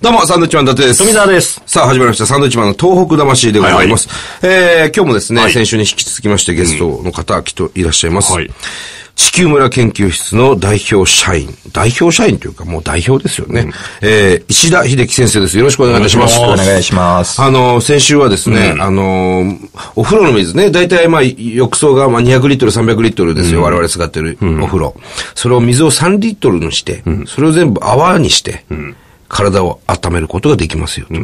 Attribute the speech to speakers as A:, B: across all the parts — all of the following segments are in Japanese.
A: どうも、サンドウィッチマン伊達です。
B: 富澤です。
A: さあ、始まりました。サンドウィッチマンの東北魂でございます。えー、今日もですね、
B: はい
A: 先週に引き続きましてゲストの方、きっといらっしゃいます。
B: はい
A: 地球村研究室の代表社員、代表社員というかもう代表ですよね。えー、石田秀樹先生です。よろしくお願いいたします。
B: よろしくお願
C: いします
A: あの、先週はですね、あの、お風呂の水ね、だいたいまあ、浴槽がまあ200リットル、300リットルですよ。我々使ってるお風呂。それを水を3リットルにして、それを全部泡にして、体を温めることができますよと。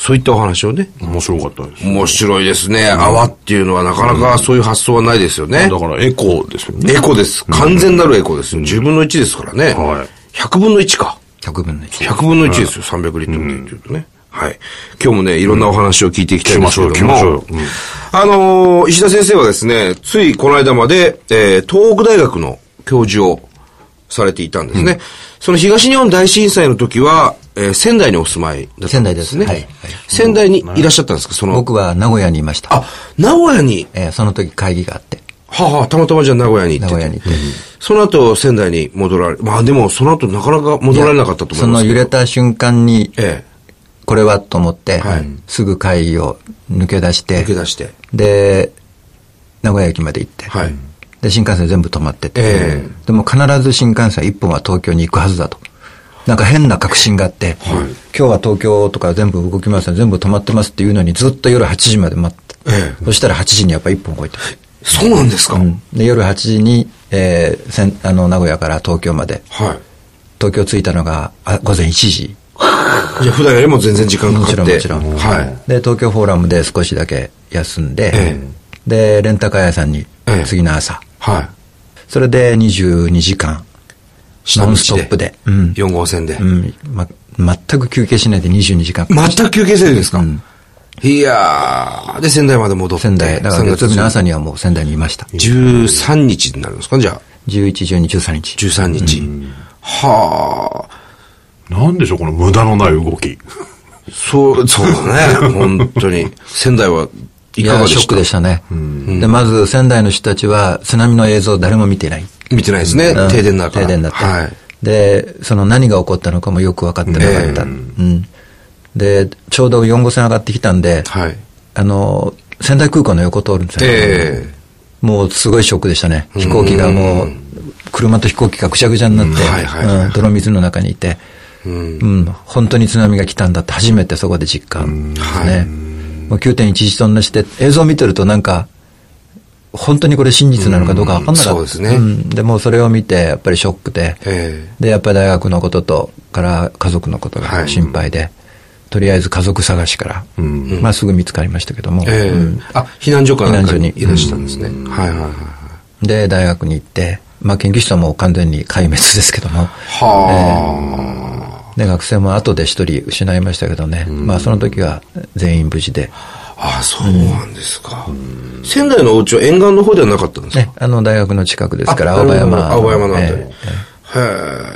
A: そういったお話をね。
B: 面白かったです。
A: 面白いですね。泡っていうのはなかなかそういう発想はないですよね。
B: だからエコーですよね。
A: エコです。完全なるエコですよ。10分の1ですからね。
B: はい
A: 100分の1か。
C: 100分の1。
A: 100分の1ですよ。300リットルって言うとね。はい。今日もね、いろんなお話を聞いていきたいんですけども。
B: 聞きましょう聞きましょう
A: あのー石田先生はですね、ついこの間まで、えー東北大学の教授をされていたんですね。その東日本大震災の時は、えー仙台にお住まいだったんですね。
C: 仙台ですはいはい
A: 仙台にいらっしゃったんですかその。
C: 僕は名古屋にいました。
A: あ、名古屋に、
C: えーその時会議があって。
A: はあはあ、たまたまじゃあ名古屋に行ってて
C: 名古屋に行って
A: その後、仙台に戻られ、まあでも、その後なかなか戻られなかったと思います
C: その
A: けど
C: 揺れた瞬間に、
A: え
C: これはと思って、
A: はい
C: すぐ会議を抜け出し
A: え、
C: て
A: 抜け出して。
C: で、名古屋駅まで行って、
A: はい
C: で、新幹線全部止まってて、
A: ええ
C: でも必ず新幹線1本は東京に行くはずだと。なんか変な確信があって、今日は東京とか全部動きません、全部止まってますっていうのにずっと夜8時まで待って、
A: ええ
C: そしたら8時にやっぱ1本超えて。
A: そうなんですか、
C: で夜8時に、えーせんあの名古屋から東京まで
A: はい。
C: 東京着いたのがあ午前1時
A: じゃあ普段よりも全然時間かか
C: も
A: って。
C: ちろんもちろん、
A: はい。
C: で東京フォーラムで少しだけ休んで、
A: え
C: でレンタカー屋さんに
A: ええ
C: 次の朝、
A: はい。
C: それで22時間
A: 下
C: ノ
A: 道
C: ンストップで、う
A: うんん。4号線で。
C: うんま、全く休憩しないで22時間
A: 全く休憩せずですか、
C: うん
A: いやー。で、仙台まで戻って。
C: 仙台だから月曜日の
A: 3月
C: 朝にはもう仙台にいました
A: 13日になるんですかじゃあ、
C: 11、12、13日
A: 13日。はあ。
B: なんでしょう、この無駄のない動き。
A: そう、そう だね。本当に。仙台はい
C: い
A: かが
C: や
A: で
C: ショ
A: し
C: ック
A: た
C: でしたね、でまず仙台の人たちは津波の映像を誰も見ていない
A: 見てないですね。
C: うん
A: 停電だから。
C: 停電だった、
A: はい。
C: でその何が起こったのかもよく分かってなかった、
A: ええ
C: うん、でちょうど4号線上がってきたんで、
A: はい。
C: あの仙台空港の横通るんですよ、
A: ええ
C: もうすごいショックでしたね飛行機がもう車と飛行機がぐちゃぐちゃになって、
A: うんはいはいはいはい
C: うん泥水の中にいて、うん本当に津波が来たんだって初めてそこで実感ですね、もう9.11と同じで映像を見てるとなんか本当にこれ真実なのかどうか分かんなかった、
A: うんそうですね
C: んでもうそれを見てやっぱりショックで、
A: え
C: でやっぱり大学のこととから家族のこと
A: は
C: が
A: い
C: 心配で、とりあえず家族探しから、まあ、すぐ見つかりましたけども、
A: えええ
C: うん
A: あ、避難所かなんか
C: 避
A: に
C: 難所に
A: いらしたんですね。はいはいはい。
C: で大学に行って、まあ、研究室はもう完全に壊滅ですけども
A: はあ。
C: で学生も後で一人失いましたけどね、まあ、その時は全員無事で、
A: あ、そうなんですか。仙台のお家は沿岸の方ではなかったんですか
C: ね、あの大学の近くですから
A: あ
C: 青葉山
A: なるほど青葉山のあたり。
C: え
A: へ
C: え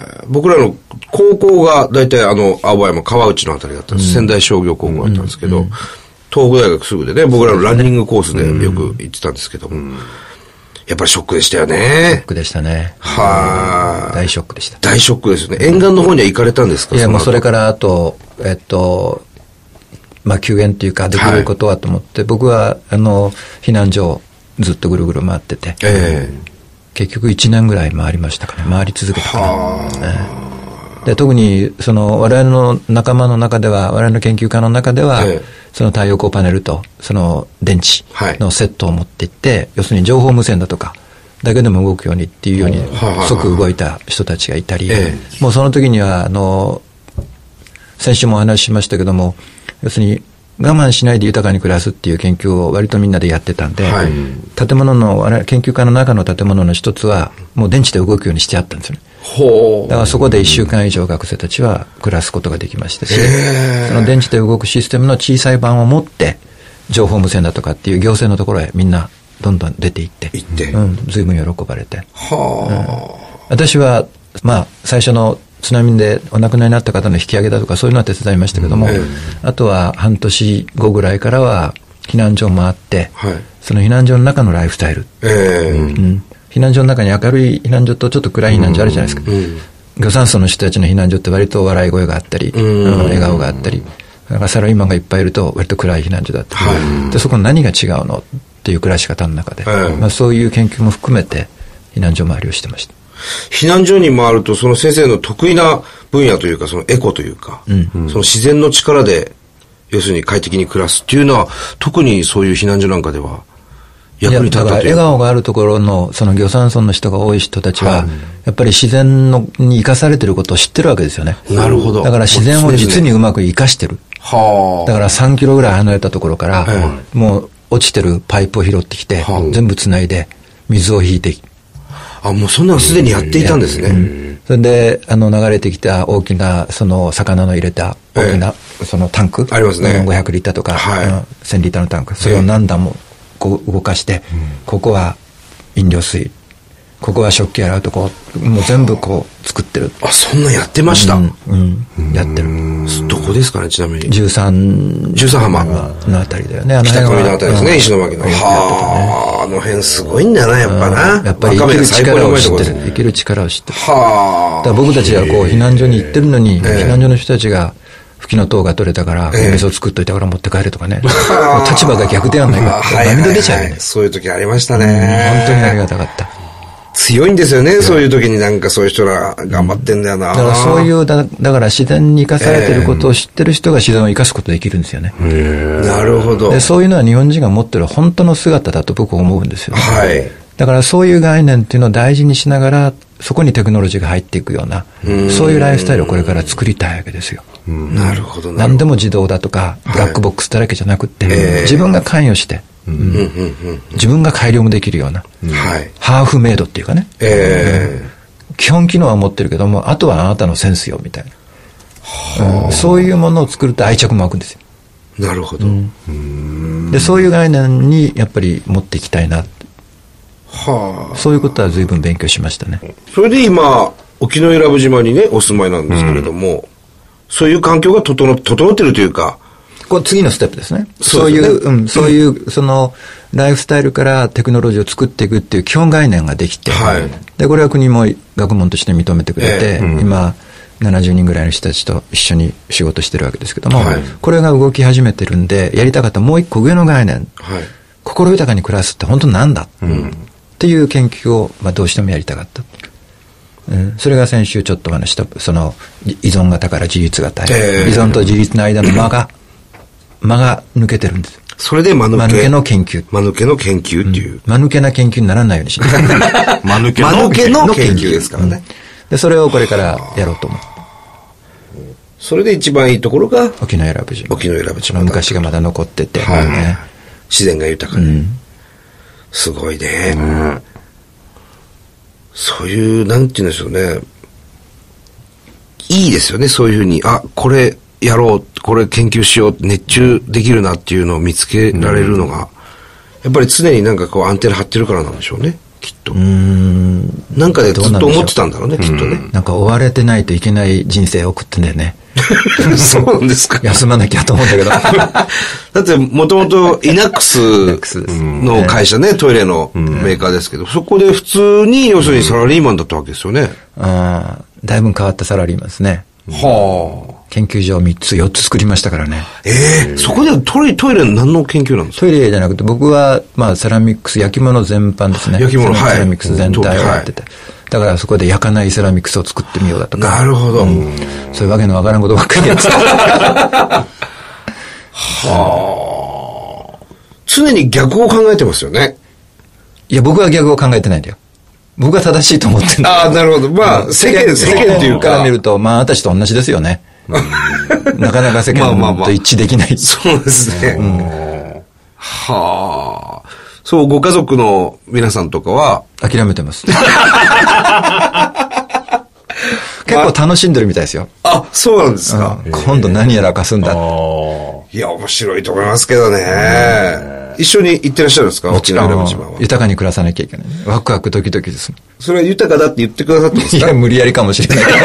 A: え僕らの高校が大体あの青葉山川内のあたりだったんです、仙台商業高校だったんですけど、東北大学すぐでね、僕らのランニングコースでよく行ってたんですけども、やっぱりショックでしたよ
C: ショ
A: ね
C: ッ。クでしたね
A: はあ。
C: 大ショックでした
A: 大ショックですよね。沿岸の方には行かれたんですか
C: いや、
A: の
C: も
A: 後
C: うそれから、あと、えっと、まあ、救援というか、できることはと思って、僕は、あの、避難所をずっとぐるぐる回ってて、
A: え
C: 結局1年ぐらい回りましたかね、回り続けたか
A: え
C: な。
A: はあ。
C: で特にその我々の仲間の中では我々の研究家の中では、
A: ええ
C: その太陽光パネルとその電池
A: はい
C: のセットを持っていって、要するに情報無線だとかだけでも動くようにっていうように
A: はいはいはい
C: 即動いた人たちがいたり、
A: え
C: もうその時にはあの先週もお話ししましたけども要するに我慢しないで豊かに暮らすっていう研究を割とみんなでやってたんで、
A: はい
C: 建物の我々研究家の中の建物の一つはもう電池で動くようにしてあったんですよね。
A: ほう
C: だ。からそこで1週間以上学生たちは暮らすことができましたし
A: へー、
C: その電池で動くシステムの小さい版を持って、情報無線だとかっていう行政のところへみんなどんどん出ていって、
A: 行って
C: うん、随分喜ばれて。
A: は
C: 私は、まあ、最初の津波でお亡くなりになった方の引き上げだとかそういうのは手伝いましたけども、
A: ええ
C: あとは半年後ぐらいからは避難所もあって、
A: あ。はい。
C: その避難所の中のライフスタイル
A: ええ
C: うん避難所の中に明るい避難所とちょっと暗い避難所あるじゃないですか、
A: うん
C: 魚山村の人たちの避難所って割と笑い声があったり、あの笑顔があったり、だからサラリーマンがいっぱいいると割と暗い避難所だったり、でそこ何が違うのっていう暮らし方の中で、
A: ええ
C: まあ、そういう研究も含めて避難所回りをしてました。
A: 避難所に回ると、その先生の得意な分野というか、そのエコというか、その自然の力で、要するに快適に暮らすっていうのは、特にそういう避難所なんかでは、役に立っ
C: いやだから
A: たとい
C: 笑
A: うか。
C: 顔があるところの、その漁産村の人が多い人たちは、やっぱり自然のに生かされてることを知ってるわけですよね。
A: なるほど
C: だから自然を実にうまく生かしてる。
A: は
C: だから3キロぐらい離れたところから、
A: は
C: もう落ちてるパイプを拾ってきて、
A: はあ
C: 全部つないで、水を引いて、
A: あ。あ、もうそんなのすでにやっていたんですね。
C: それで、あの、流れてきた大きな、その、魚の入れた、大きな、そのタンク。
A: ありますね
C: 500リッターとか、
A: はい
C: うん1000リッターのタンク。それを何段もこう動かして、ここは飲料水、ここは食器洗うとこ、もう全部こう作ってる。
A: あ、そんなんやってました。
C: うん、うんやってる。
A: どこですかね、ちなみに。
C: 13
A: 十三浜。
C: のあたりだよね。あの
A: 北
C: 辺は
A: 上のあたりです
C: う
A: ね、
C: ん
A: 石巻の。はあ、あの辺すごいんだな、やっぱ
C: うん
A: な。
C: やっぱり
A: わかめ
C: 生き
A: が
C: る
A: 最高に
C: 力
A: うまい
C: を
A: と
C: 知
A: こ
C: って
A: です。
C: る
A: ね。
C: 生きる力を知ってる。だ
A: は
C: か
A: あ
C: ら。僕たちがこう避難所に行ってるのに、避難所の人たちが、吹きの塔が取れたから、
A: ええ
C: お水を作っといたから持って帰ると かね。もう立場が逆ではないかって。涙出ちゃうよね。
A: そういう時ありましたね。
C: 本当にありがたかった。
A: 強いんですよね、そういう時になんかそういう人ら頑張ってんだよな。。
C: だからそういうう、だだから自然に生かされてることを知ってる人が自然を生かすことできるんですよね。
A: なるほど。
C: でそういうのは日本人が持ってる本当の姿だと僕は思うんですよ。
A: はい
C: だからそういう概念っていうのを大事にしながら、そこにテクノロジーが入っていくような、そういうライフスタイルをこれから作りたいわけですよ。
A: なるほどなるほ
C: 何
A: ど。
C: でも自動だとか、ブラックボックスだらけじゃなくって、
A: ええ
C: 自分が関与して、
A: うんうんうん
C: 自分が改良もできるような、
A: うん。はい。
C: ハーフメイドっていうかね、
A: え
C: 基本機能は持ってるけども、あとはあなたのセンスよ、みたいな、うんそういうものを作ると愛着も湧くんですよ。
A: え。なるほど。
C: で、そういう概念にやっぱり持っていきたいな。
A: はあ。
C: そういうことは随分勉強しましたね。
A: それで今、沖永良部島にね、お住まいなんですけれども、そういう環境が整っ整ってるというか、
C: これ次のステップですね。
A: そ
C: そうう
A: で
C: い
A: すね
C: う、うん、そういう、その、ライフスタイルからテクノロジーを作っていくっていう基本概念ができて、
A: はい
C: で、これは国も学問として認めてくれて、
A: ええ
C: 今、70人ぐらいの人たちと一緒に仕事してるわけですけども、
A: はい
C: これが動き始めてるんで、やりたかったもう一個上の概念、
A: はい。
C: 心豊かに暮らすって本当なんだ、っていう研究を、まあ、どうしてもやりたかった。うん、それが先週ちょっとお話しした、その、い依存型から自立型へ、
A: ええ
C: 依存と自立の間の間 が、間が抜けてるんです。
A: それで間抜け。
C: 間抜けの研究。
A: 間抜けの研究っていう。
C: 間抜けな研究にならないようにしない。
B: 間抜けの。
A: 間抜けの研究ですからね。
C: で、それをこれからやろうと思う。
A: それで一番いいところが、
C: 沖永良部島。
A: 沖永良部島
C: その昔がまだ残ってて、
A: はい
C: ね
A: 自然が豊かで。すごいね、そういう、なんて言うんでしょうね。いいですよね、そういうふうに。あ、これやろう、これ研究しよう、熱中できるなっていうのを見つけられるのが、やっぱり常になんかこうアンテナ張ってるからなんでしょうね、きっと。なんかでずっと思ってたんだろうね、きっとね。
C: なんか追われてないといけない人生を送ってんだよ ね。
A: そうなんですか。
C: 休まなきゃと思うんだけ ど。
A: だって、もともとイナックス
C: クスです
A: の会社ね、トイレのメーカーですけど、そこで普通に、要するにサラリーマンだったわけですよね。
C: あーだいぶ変わったサラリーマンですね。
A: はあ。
C: 研究所を3つ、4つ作りましたからね。
A: ええそこでトイレ、トイレの何の研究なんですか
C: トイレじゃなくて、僕は、まあ、セラミックス、焼き物全般ですね。
A: 焼き物はい
C: セラミックス全体をやってて。だからそこで焼かないセラミックスを作ってみようだとか。
A: なるほど。
C: そういうわけのわからんことばっかりやって た。
A: 常に逆を考えてますよね。
C: いや、僕は逆を考えてないんだよ。僕は正しいと思ってんだ
A: ああ、なるほど。まあ、世間、世間という
C: から
A: か
C: 見、ると、まあ、私と同じですよね。なかなか世
A: まあまあま
C: 間
A: あ
C: と一致できない。
A: そうですね。はあ。そう、ご家族の皆さんとかは、
C: 諦め てます。結構楽しんでるみたいですよ。
A: あ、そうなんですか。
C: うん今度何やらかすんだって。
A: いや、面白いと思いますけどね。一緒に行ってらっしゃるんですか沖縄の島は。
C: 豊かに暮らさなきゃいけない。ワクワクドキドキですもん。
A: それは豊かだって言ってくださってます
C: い
A: か
C: や、無理やりかもしれ ないけど。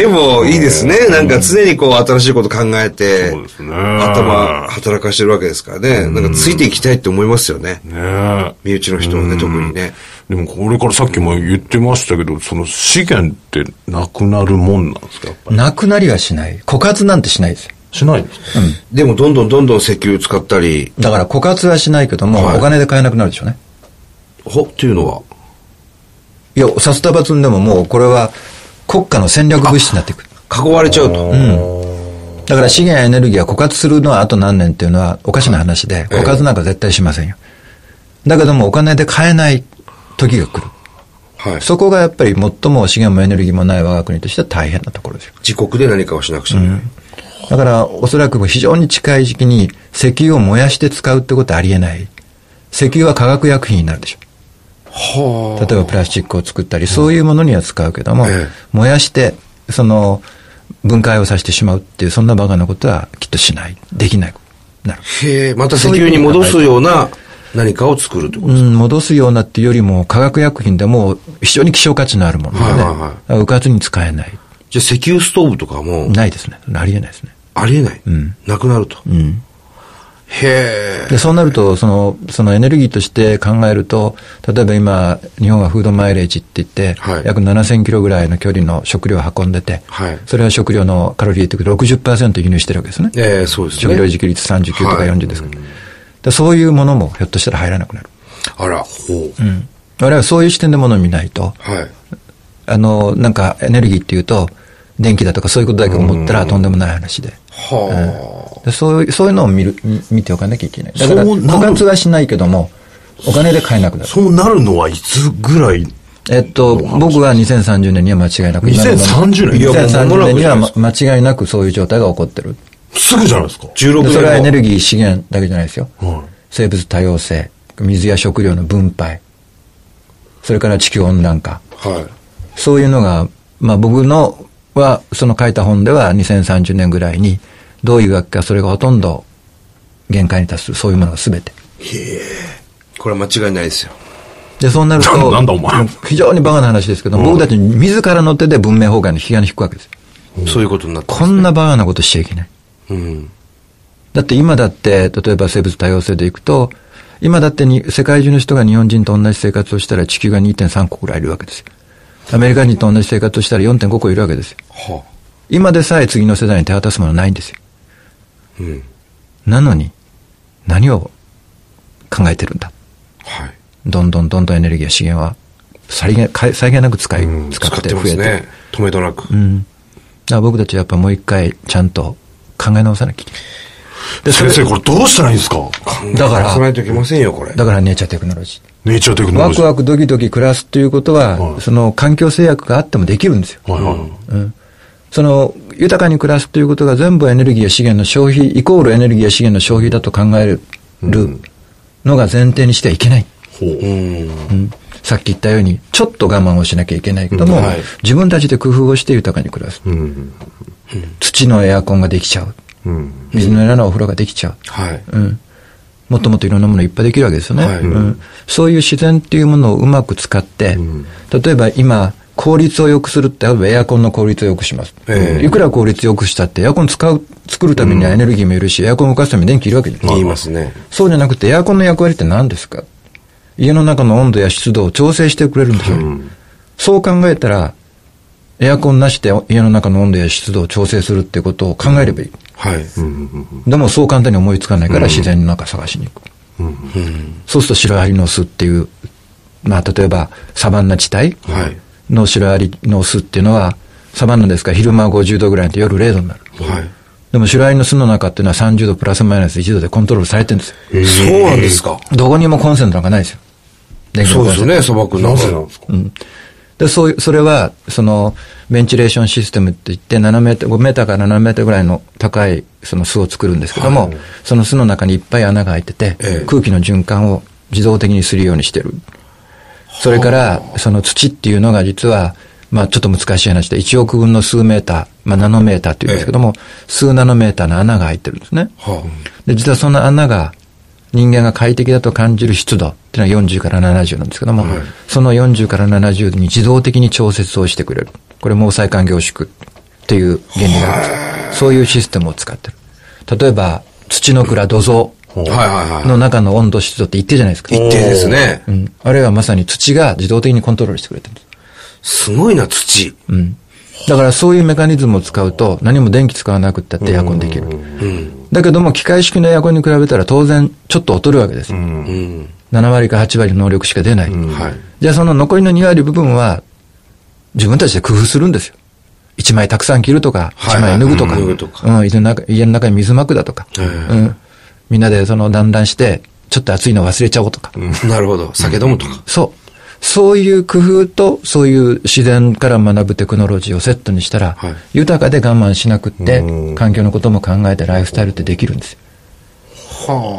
A: でも、いいですね。なんか常にこう、新しいこと考えて、
B: そうですね
A: 頭働かしてるわけですからね。なんかついていきたいって思いますよね。
B: ねえ。
A: 身内の人はね、特にね。
B: でもこれからさっきも言ってましたけど、その資源ってなくなるもんなんですかやっぱり
C: なくなりはしない。枯渇なんてしないですよ。
B: しないんですか
A: でもどんどんどんどん石油使ったり、
C: だから枯渇はしないけども、
A: はい
C: お金で買えなくなるでしょうね。
A: ほ、っていうのはい
C: や、サスタバ積んでももうこれは国家の戦略物質になっていく。
A: 囲われちゃうと。
C: だから資源やエネルギーが枯渇するのはあと何年っていうのはおかしな話で、
A: ええ
C: 枯渇なんか絶対しませんよ。だけどもお金で買えない時が来る。
A: はい。
C: そこがやっぱり最も資源もエネルギーもない我が国としては大変なところですよ。
A: 自国で何かをしなくちゃいけない。
C: だからおそらく非常に近い時期に石油を燃やして使うってことはありえない。石油は化学薬品になるでしょ。
A: は
C: 例えばプラスチックを作ったり、そういうものには使うけども、
A: ええ
C: 燃やして、その、分解をさせてしまうっていう、そんなバカなことはきっとしない。できない。なる。
A: あ。へえ、また石油に戻すような何かを作るってこと
C: う
A: です
C: ん、戻すようなっていうよりも、化学薬品でもう非常に希少価値のあるもので、ね、
A: はいはいはい
C: だからうかつに使えない。
A: じゃあ石油ストーブとかも
C: ないですね。ありえないですね。
A: ありえない。
C: ん
A: なくなると。
C: うん。
A: へえ。
C: で、そうなると、その、そのエネルギーとして考えると、例えば今、日本はフードマイレージって言って、
A: はい
C: 約7000キロぐらいの距離の食料を運んでて、
A: はい
C: それは食料のカロリーっていうと60%輸入してるわけですね。
A: ええ、そうです
C: 食料
A: ね。
C: 自給率39とか
A: はい
C: 40ですから。でそういうものもひょっとしたら入らなくなる。
A: あら、ほう。
C: 我々はそういう視点でものを見ないと、
A: はい。
C: あの、なんかエネルギーっていうと、電気だとかそういうことだけ思ったらとんでもない話で。
A: は
C: でそういう、そういうのを見る、見見ておかなきゃいけない。だから、
B: そうな
C: 枯
B: る
C: 渇はしないけども、お金で買えなくなる。
B: そうなるのはいつぐらい
C: えっと、僕は2030年には間違いなく。
B: 2030年
C: いやもう2030年には
A: もう
C: ま間違いなくそういう状態が起こってる。
B: すぐじゃないですか。
A: あ。16
C: で
A: 年
C: それはエネ
A: 後
C: ルギー資源だけじゃないですよ。
B: は
C: 生物多様性、水や食料の分配、それから地球温暖化。
A: はい。
C: そういうのが、まあ僕のは、その書いた本では2030年ぐらいに、どういうわけかそれがほとんど限界に達する、そういうものが全て。
A: これは間違いないですよ。
C: で、そうなると、
B: なんだお前
C: 非常にバカな話ですけど、僕たち自らの手で文明崩壊の引き金引くわけです。
A: そういうことになって。
C: こんなバカなことしちゃいけない。
A: うん。
C: だって今だって、例えば生物多様性でいくと、今だってに世界中の人が日本人と同じ生活をしたら地球が2.3個くらいいるわけですよ。アメリカ人と同じ生活をしたら4.5個いるわけですよ。
A: は
C: 今でさえ次の世代に手渡すものないんですよ。
A: あ。うん。
C: なのに、何を考えてるんだ。
A: はい。
C: どんどんどんどんエネルギーや資源は、さりげ、かいさりげなく使い、
B: うん
C: 使
A: 使
C: っ
A: ってて
C: 増え
A: ま
C: て
A: す
C: る。
A: ね。止めどなく
C: う。ん。だから僕たちはやっぱもう一回ちゃんと考え直さなきゃいけない。
B: い。先生、これどうしたらいいんですか
C: だから
A: さないといけませんよ、これ。
C: だからネイチャーテクノロジー。
B: ネイチャーテクノ
C: ワ
B: ロジ
C: ク
B: ー。
C: ワクドキドキ暮らすということは、
B: はい
C: その環境制約があってもできるんですよ。
B: はいはいはい。
C: うんその豊かに暮らすということが全部エネルギーや資源の消費、イコールエネルギーや資源の消費だと考えるのが前提にしてはいけない。
B: ほう。
A: うん。
C: うんさっき言ったように、ちょっと我慢をしなきゃいけないけども、
A: うんはい
C: 自分たちで工夫をして豊かに暮らす。
B: うん。
C: 土のエアコンができちゃう。
B: うん。
C: 水のようなお風呂ができちゃう。
A: はい。
C: うん、もっともっといろんなものいっぱいできるわけですよね、
A: はい
C: うん、そういう自然っていうものをうまく使って、例えば今効率を良くするって例えばエアコンの効率を良くします、
A: ええ
C: いくら効率良くしたってエアコン使う作るためにはエネルギーもいるし、エアコン動かすために電気いるわけです、
A: 言いますね。
C: そうじゃなくてエアコンの役割って何ですか家の中の温度や湿度を調整してくれるんですよ、そう考えたらエアコンなしで家の中の温度や湿度を調整するってことを考えればいい、
A: はい。
C: でもそう簡単に思いつかないから自然の中探しに行く。
A: うん。
C: そうするとシロアリの巣っていう、まあ例えばサバンナ地帯
A: はい。
C: のシロアリの巣っていうのは、サバンナですから昼間は50度ぐらいで夜0度になる。
A: はい。
C: でもシロアリの巣の中っていうのは30度プラスマイナス1度でコントロールされてるんですよ。
A: そうなんですか。
C: どこにもコンセントなんかないですよ。電気
A: そ
C: の
A: う
C: コ
A: で
C: ン
A: す
C: セント
A: よね、砂漠
B: なぜなんですか
C: で、そういう、それは、その、ベンチレーションシステムって言って、7メートル、5メーターから7メートルぐらいの高い、その巣を作るんですけども、その巣の中にいっぱい穴が開いてて、
A: ええ
C: 空気の循環を自動的にするようにしてる。それから、その土っていうのが実は、まあちょっと難しい話で、1億分の数メーター、まあナノメーターって言うんですけども、数ナノメーターの穴が開いてるんですね。
A: は
C: で、実はその穴が、人間が快適だと感じる湿度っていうのは40から70なんですけども、
A: はい
C: その40から70に自動的に調節をしてくれる。これ毛細管凝縮っていう原理があるんです。そういうシステムを使ってる。例えば、土の蔵、土蔵。
A: はいはいは
C: の中の温度湿度って一定じゃないですか。
A: い。一定ですね。
C: うん。あれはまさに土が自動的にコントロールしてくれてるんです。
A: すごいな、土。
C: うん。だからそういうメカニズムを使うと何も電気使わなくったってエアコンできる。だけども機械式のエアコンに比べたら当然ちょっと劣るわけです。
A: うん。
C: 7割か8割の能力しか出ない。
A: はい。
C: じゃあその残りの2割部分は自分たちで工夫するんですよ。1枚たくさん着るとか、
A: はい
C: 1枚脱ぐとか、
A: うん脱ぐとか
C: うん、家の中家の中に水まくだとか、
A: う
C: うん、みんなでその団らんして、ちょっと暑いの忘れちゃおうとか、
A: なるほど。酒飲むとか。
C: そう。そういう工夫と、そういう自然から学ぶテクノロジーをセットにしたら、
A: はい
C: 豊かで我慢しなくって、環境のことも考えてライフスタイルってできるんですよ。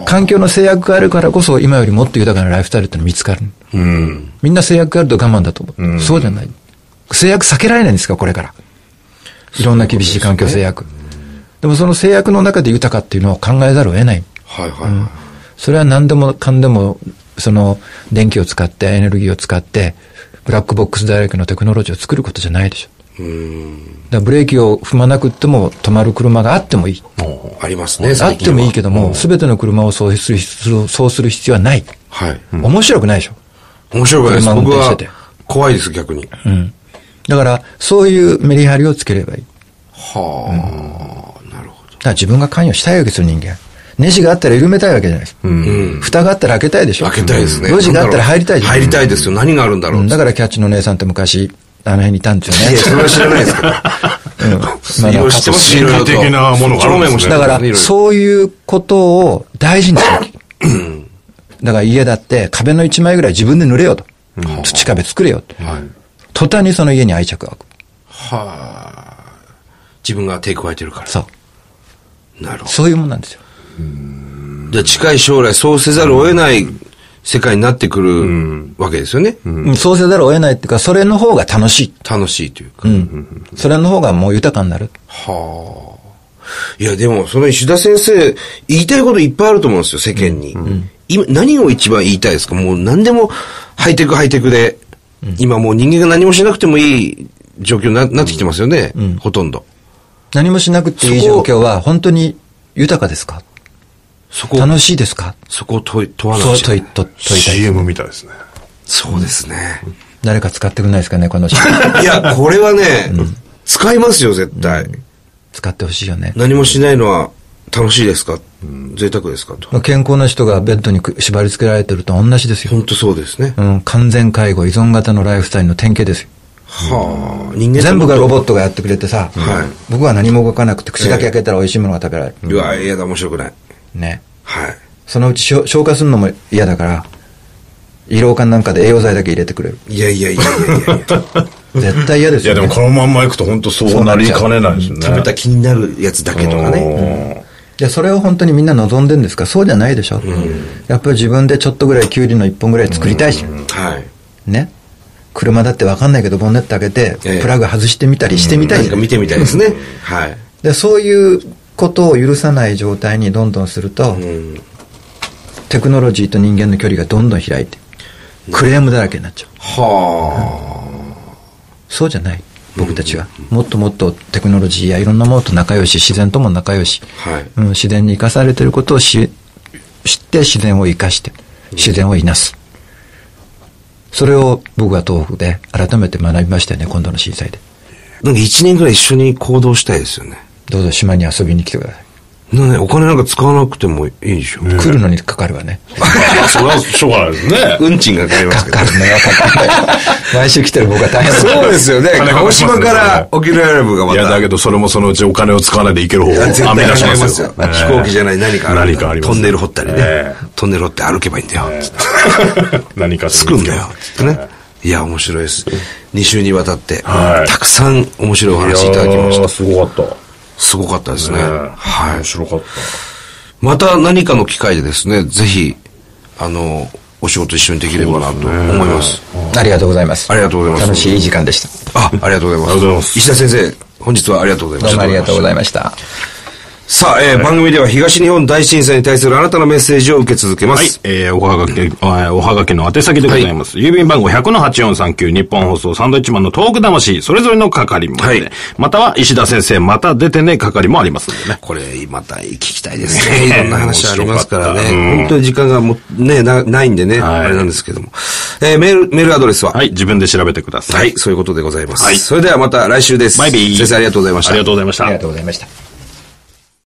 C: 環境の制約があるからこそ、今よりもっと豊かなライフスタイルっての見つかる。
A: うん。
C: みんな制約があると我慢だと思う。そうじゃない。制約避けられないんですか、これから。いろんな厳しい環境制約。でもその制約の中で豊かっていうのを考えざるを得ない。
A: はいはいはい。
C: それは何でもかんでも、その、電気を使って、エネルギーを使って、ブラックボックスだらけのテクノロジーを作ることじゃないでしょ。だからブレーキを踏まなくっても、止まる車があってもいい。
A: ありますね、
C: あ
A: 最
C: っ
A: 近
C: て
A: は
C: もいいけども、すべての車をそうする必要、そうする必要はない。
A: はい。
C: 面白くないでしょ。
A: 面白くないです。
C: 車運
A: 僕
C: 転して
A: は
C: て
A: 怖いです、逆に。
C: うん。だから、そういうメリハリをつければいい。
A: はあ、なるほど。
C: だから自分が関与したいわけですよ、人間。ネジがあったら緩めたいわけじゃないです。
A: ん
C: 蓋があったら開けたいでしょ。
A: 開けたいですね。
C: 路地があったら入りたいじゃん
A: 入りたいですよ。何があるんだろ
C: う
A: う。
C: ん
A: だ
C: だ
A: か
C: からキャッチの姉さんって昔、あの辺にいたんですよ
A: ら、い
C: ね
A: や、。それは知らないですけど。
C: まあ
A: いろいろ知ってます、いろいろと。
B: 心理的なものがあるんです
A: そ
B: ね
A: っち
C: だ
A: の面も知ってます
C: か
A: いろい
C: ら、
A: ろ
C: そういうことを大事にすべき。だから家だって壁の一枚ぐらい自分で塗れよと。土壁作れよと。
A: はい
C: 途端にその家に愛着が湧く。
A: はあ。自分が手加えてるから。
C: そう。
A: なるほ
C: そういうもんなんですよ。
A: ど。じゃあ近い将来、そうせざるを得ない世界になってくるわけですよね。
C: うんそうせざるを得ないっていうか、それの方が楽しい。
A: 楽しいというか
C: う。ん。それの方がもう豊かになる。
A: はあ。いや、でも、その石田先生、言いたいこといっぱいあると思うんですよ、世間に。今、何を一番言いたいですかもう何でも、ハイテクハイテクで、今もう人間が何もしなくてもいい状況にななってきてますよね、ほとんど。
C: 何もしなくていい
A: そ
C: 状
A: こ
C: 況は本当に豊かですか
A: そこ、
C: 楽しいですか
A: そこを問い問わな
C: そう
A: くちゃ
C: 問い、。と問いたい。
B: CM みたいですね。
A: そうですね。
C: 誰か使ってくんないですかね、この
A: いや、これはね、使いますよ、絶対。
C: 使ってほしいよね。
A: 何もしないのは楽しいですか贅沢ですかと。
C: 健康な人がベッドにく縛り付けられてると同じですよ。
A: 本当そうですね
C: う。ん、完全介護、依存型のライフスタイルの典型ですよ。
A: はあ、人間って
C: 全部が
A: もっ
C: ロボットがやってくれてさ、
A: はい
C: 僕は何も動かなくて口だけ開けたら美味しいものが食べられる。
A: とうわ、いやだ、面白くない。
C: ね。
A: はい。
C: そのうち消消化するのも嫌だから、胃ろうかなんかで栄養剤だけ入れてくれる。
A: いやいやいやいやいや
C: 絶対嫌です
B: いや、
C: よ、
B: で
C: ね。
B: もこのまんま行くと本当そうなりかねないですよね。
A: 食べた気になるやつだけとかね。
B: ね。
C: いや、それを本当にみんな望んでんですかそうじゃないでしょ、やっぱり自分でちょっとぐらいキュウリの一本ぐらい作りたいし、
A: はい。
C: ね。車だってわかんないけど、ボンネット開けて
A: ええ、
C: プラグ外してみたりしてみたい
A: 何
C: じゃ
A: か
C: ん
A: 見てみたいですね。はい。
C: でそういうことを許さない状態にどんどんすると、
A: うん。
C: テクノロジーと人間の距離がどんどん開いてクレームだらけになっちゃう
A: は
C: そうじゃない僕たちは、もっともっとテクノロジーやいろんなものと仲良し自然とも仲良し、
A: はい
C: うん、自然に生かされてることをし知って自然を生かして自然をいなす、それを僕は東北で改めて学びましたよね今度の震災で
A: あ。なんか一年ぐらい一緒に行動したいですよね。
C: どうぞ島に遊びに来てください、
A: なんかねお金なんか使わなくてもいいでしょ。
C: 来るのにかかるわね
B: それはしょうがないですね。
A: 運賃がかかりま
C: か
A: すけど
C: か。るね、毎週来てる僕は大変だ
A: そうですよね。
B: 金がかかり
A: 鹿
B: ま
A: 児
B: すね
A: 島から沖縄ライブがま
B: いや、だ
A: た。
B: けどそれもそのうちお金を使わないで行ける方
A: いや
B: 法
A: 絶
B: 編み
A: 対
B: 出し
A: あ
B: ま
A: りますす
B: よ
A: よ。。飛行機じゃない何かある
B: 何かあります
A: トンネル掘ったりね
B: え。
A: トンネル掘って歩けばいいんだよ。つって
B: 何かす
A: 作るんだよ。つってね。いや、面白いです。2週にわたって、
B: はい
A: たくさん面白いお
B: いや
A: 話いただきまし
B: ー
A: た。
B: すごかった。
A: すごかったですね。
B: はい。
A: は
B: 面
A: い。
B: 白かった。
A: また何かの機会でですね、ぜひ、あの、お仕事一緒にできればなと思います。
C: ありがとうございます。
A: ありがとうございます
C: 楽しいいい時間でした。
A: あ、ありがとうございます。
B: ありがとうございます
A: 石田先生、本日はありがとうございま
C: どう
A: し
C: も
A: た
C: あり。がとうございました。
A: さあ、えー番組では東日本大震災に対するあなたのメッセージを受け続けま
B: はい
A: す。。
B: えーおはがき、えーおはがきの宛先でございます。郵便番号100-8439、日本放送サンドイッチマンのトーク魂、それぞれの係もあって、
A: はい
B: または石田先生、また出てね、係もありますんでね。
A: これ、また聞きたいです ね。いろんな話ありますから
B: 面白かったう
A: ね
B: ん。
A: 本当に時間がもうねな、ないんでね、
B: はい
A: あれなんですけども。えーメール、メールアドレスはは、
B: はいい、自分で調べてください。
A: そういうことでございます。
B: はい
A: それではまた来週です。
B: バイビー。
A: 先生ありがとうございました
B: あり。がとうございまし
C: あり
B: た
C: が。とうございました。